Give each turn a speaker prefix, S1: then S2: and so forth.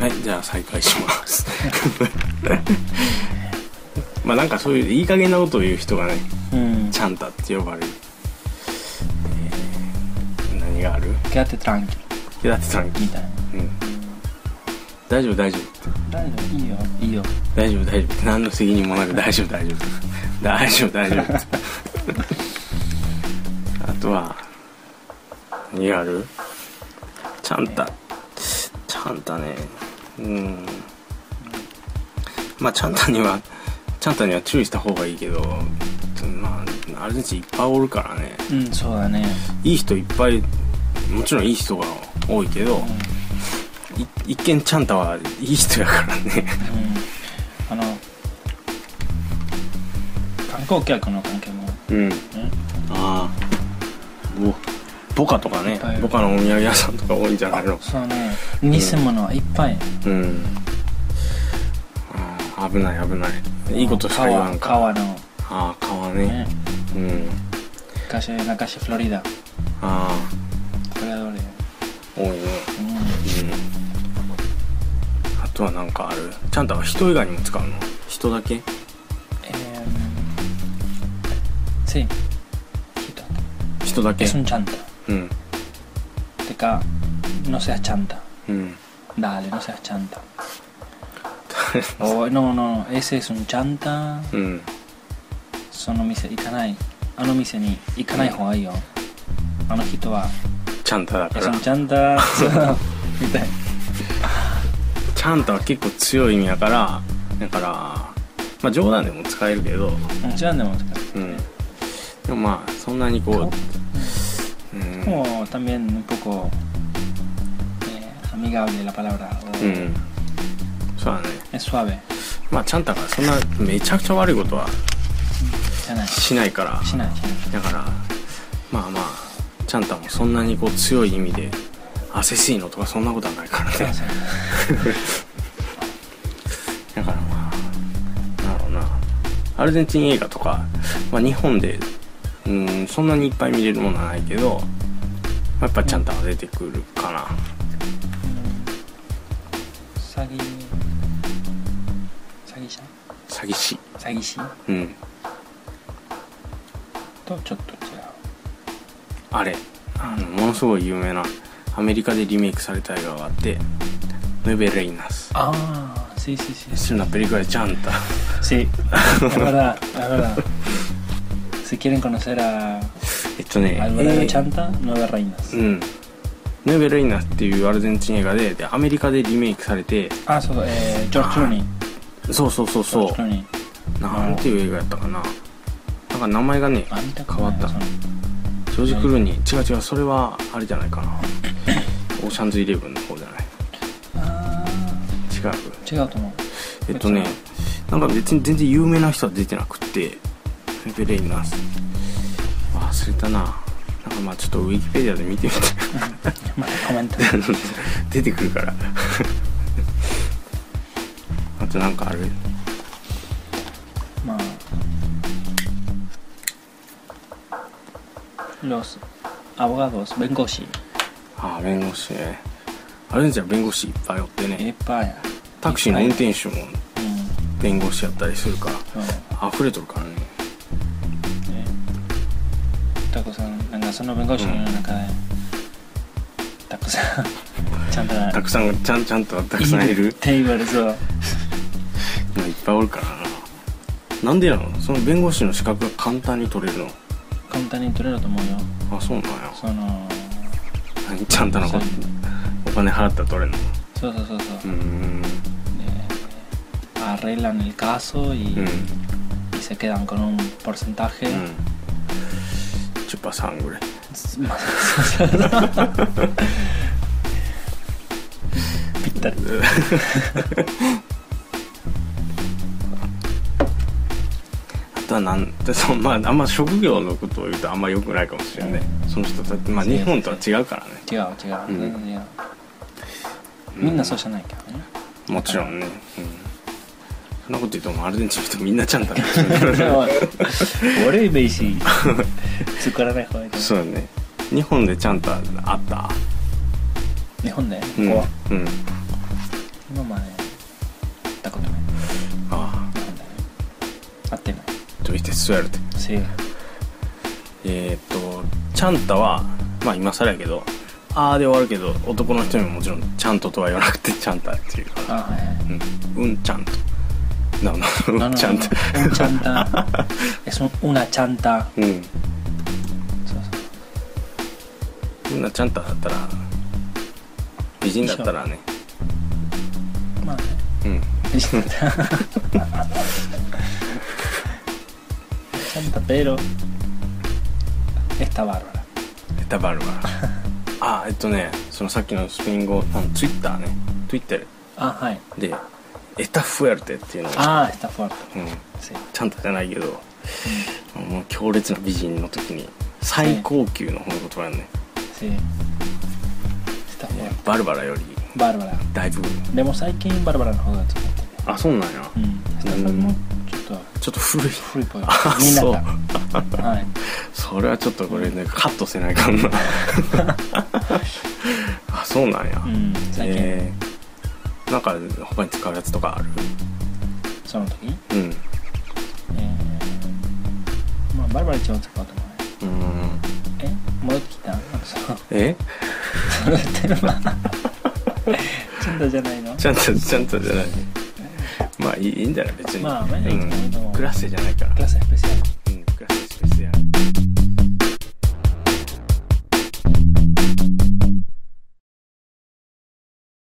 S1: はいじゃあ再開します まあなんかそういういい加減なことを言う人がね
S2: Mm.
S1: ちゃんたって呼ばれる、えー何がある
S2: Quédate tranqui,
S1: 平手さん、うん、
S2: みたいな。
S1: 大丈夫大丈夫
S2: 大丈夫いいよ。いいよ。
S1: 大丈夫大丈夫何の責任もなく大丈夫大丈夫大丈夫大丈夫あとは何があるちゃんたちゃんたねうんまあちゃんたにはちゃんたには注意した方がいいけどまあアルゼンチンいっぱいおるからね
S2: うん、そうだね。
S1: いい人いっぱいもちろんいい人が多いけど、い一見ちゃんたはいい人やからね
S2: Mm. うん。あの、観光客の関係も、ね、
S1: うん
S2: Eh,
S1: ああぼボカとかね
S2: はい
S1: ボカのお土産屋さんとか多いんじゃないの
S2: そうね、偽物はいっぱい。
S1: うんあー危ない危ないいいことしか言わんか
S2: 川川の、
S1: ああ川ね
S2: ね、
S1: うん
S2: カシェ、ラカシェフロリダ、こ
S1: あ
S2: れはどれ
S1: あ多いね
S2: うん。
S1: うんあとはなんかあるちゃんたは人以外にも使うの人だけ
S2: えー、sí, quítate.
S1: 人だけ
S2: Es un chanta.
S1: うん
S2: Teca, no seas chanta.
S1: うん、
S2: Dale, no seas chanta. O, no, no, ese es un chanta.
S1: うん
S2: その店行かないあの店に行かない方がいいよ、あの人は
S1: ちゃんただ
S2: い
S1: か
S2: やそ
S1: ら
S2: のちゃんだそうみたい
S1: ちゃんとは結構強い意味やからだからまあ冗談でも使えるけど、
S2: なもちろんでも
S1: うん、でもまあそんなにこう、うん
S2: もう también un poco eh, amigable la palabra
S1: う
S2: o
S1: ん、そうだね
S2: es suave
S1: まあちゃんたがそんなめちゃくちゃ悪いことは
S2: じゃないし
S1: しないから
S2: ないしない
S1: だからまあまあちゃんたもそんなにこう強い意味で汗しいのとかそんなことはないからね
S2: そう
S1: だからまあなんだろうなアルゼンチン映画とか、まあ、日本でうんそんなにいっぱい見れるものはないけど、まあやっぱちゃんとは出てくるかな
S2: 詐欺詐欺者
S1: 詐欺師
S2: 詐欺師
S1: うん
S2: とちょっと違
S1: あれあのものすごい有名なアメリカでリメイクされた映画があって「ヌベレイナス」
S2: ああ Ah, sí sí
S1: 「
S2: sí
S1: ナペリクラチャンタ」
S2: Sí, es verdad, es verdad. Si quieren conocer a
S1: えっとね
S2: al verdadero
S1: えー
S2: Chanta, nueve reinas.
S1: うん「ヌベレイナス」っていうアルゼンチン映画ででアメリカでリメイクされて
S2: Ah, so, eh, George Clooney.
S1: そうそうそうそう
S2: George Clooney.
S1: なんていう映画やったかななんか名前がね
S2: Ah, mira,
S1: Cómo está.
S2: son-
S1: ジョージ・クルーニー違う違うそれはあれじゃないかなオーシャンズ・イレブンの方じゃない
S2: Ah,
S1: 違う
S2: llega otro.
S1: えっとねなんか別に全然有名な人は出てなくってレベレイナス忘れたななんかまあちょっとウィキペディアで見てみて
S2: Vale, comenta.
S1: 出てくるから あとなんかある
S2: Ma- Los abogados, Bengoshi.
S1: あ弁護士ねあれじゃん弁護士いっぱいおってね
S2: Epa,
S1: タクシーの運転手も
S2: mm,
S1: 弁護士やったりするから
S2: so,
S1: 溢れとるからね
S2: eh, Taco-san, Nangasono Bengoshi,
S1: Mm.
S2: Nanaka, eh, Taco-san, Chanta,
S1: たくさんちゃんちゃんとたくさんいる
S2: テーブルそう
S1: まあいっぱいおるからななんでなのその弁護士の資格が簡単に取れるの
S2: 簡単に取れると思うよ
S1: あそうなんや
S2: その
S1: 何ちゃんとのことお金払ったら取れるの
S2: そうそうそうそう
S1: うー、ん
S2: Eh, arreglan el caso y,
S1: うんうん
S2: y se quedan con un porcentaje
S1: Mm. 10パー3ぐらい
S2: más-そうそうそうぴったり
S1: あとはなんでそのまああんま職業のことを言うとあんま良くないかもしれない、その人たちまあ日本とは違うからね
S2: 違う違う、
S1: うん
S2: 全然違うみんなそうじゃないけどね
S1: もちろんね、うん、そんなこと言うともうアルゼンチンの人みんなちゃん と
S2: 悪い名詞作らない方がいいと思
S1: そうだね日本でちゃんとあった
S2: う日本でこ
S1: うん、
S2: こは
S1: うん、
S2: の前行ったことない
S1: あ
S2: なんだね合ってない
S1: あどうしてそうやるって
S2: せー
S1: えー、っとちゃんたはまあ今更やけどああで終わるけど男の人にももちろんちゃんととは言わなくてちゃんたっていう
S2: あはいはい
S1: うん、うんちゃんとななう
S2: Ah, eh. No,
S1: ん
S2: no,
S1: ちゃん
S2: no,
S1: と
S2: no. Un chanta. Es un- una chanta.
S1: うん
S2: So,
S1: うんなちゃんただったら美人だったらね
S2: so. Vale.
S1: うん
S2: chanta. chanta, pero. Está bárbara.
S1: ネタバルは ああえっとねそのさっきのスペイン語あのツイッターねツイッター
S2: Ah, hi.
S1: でエタフエルテっていうのが、
S2: Ah, está fuerte.
S1: うん、
S2: Sí.
S1: ちゃんとじゃないけど、もう強烈な美人の時に最高級の褒め言葉やね、
S2: Sí. Está fuerte.
S1: バルバラより
S2: Bárbara.
S1: だいぶ
S2: Vemos aquí en Bárbara no joda.
S1: あそうなんや
S2: Está
S1: Mm.
S2: fuerte. Chuto.
S1: ちょっと 古い
S2: Free boy.
S1: あ
S2: Ni
S1: そう
S2: nada. Hi.
S1: それはちょっとこれねカットせないかん なあそうなんや、
S2: Mm. Sai que.
S1: えー、なんか他に使うやつとかある
S2: Son otro aquí.
S1: うんう
S2: えーまあバルバルちゃんは使うと思うね
S1: ーん
S2: え戻ってきたなんかその
S1: え
S2: そのテーマ ちゃんとじゃないの
S1: ちゃんとちゃんとじゃないまあいいいいんじゃない別に、
S2: まあまあいいと思う
S1: クラス生じゃないから
S2: クラススペシャル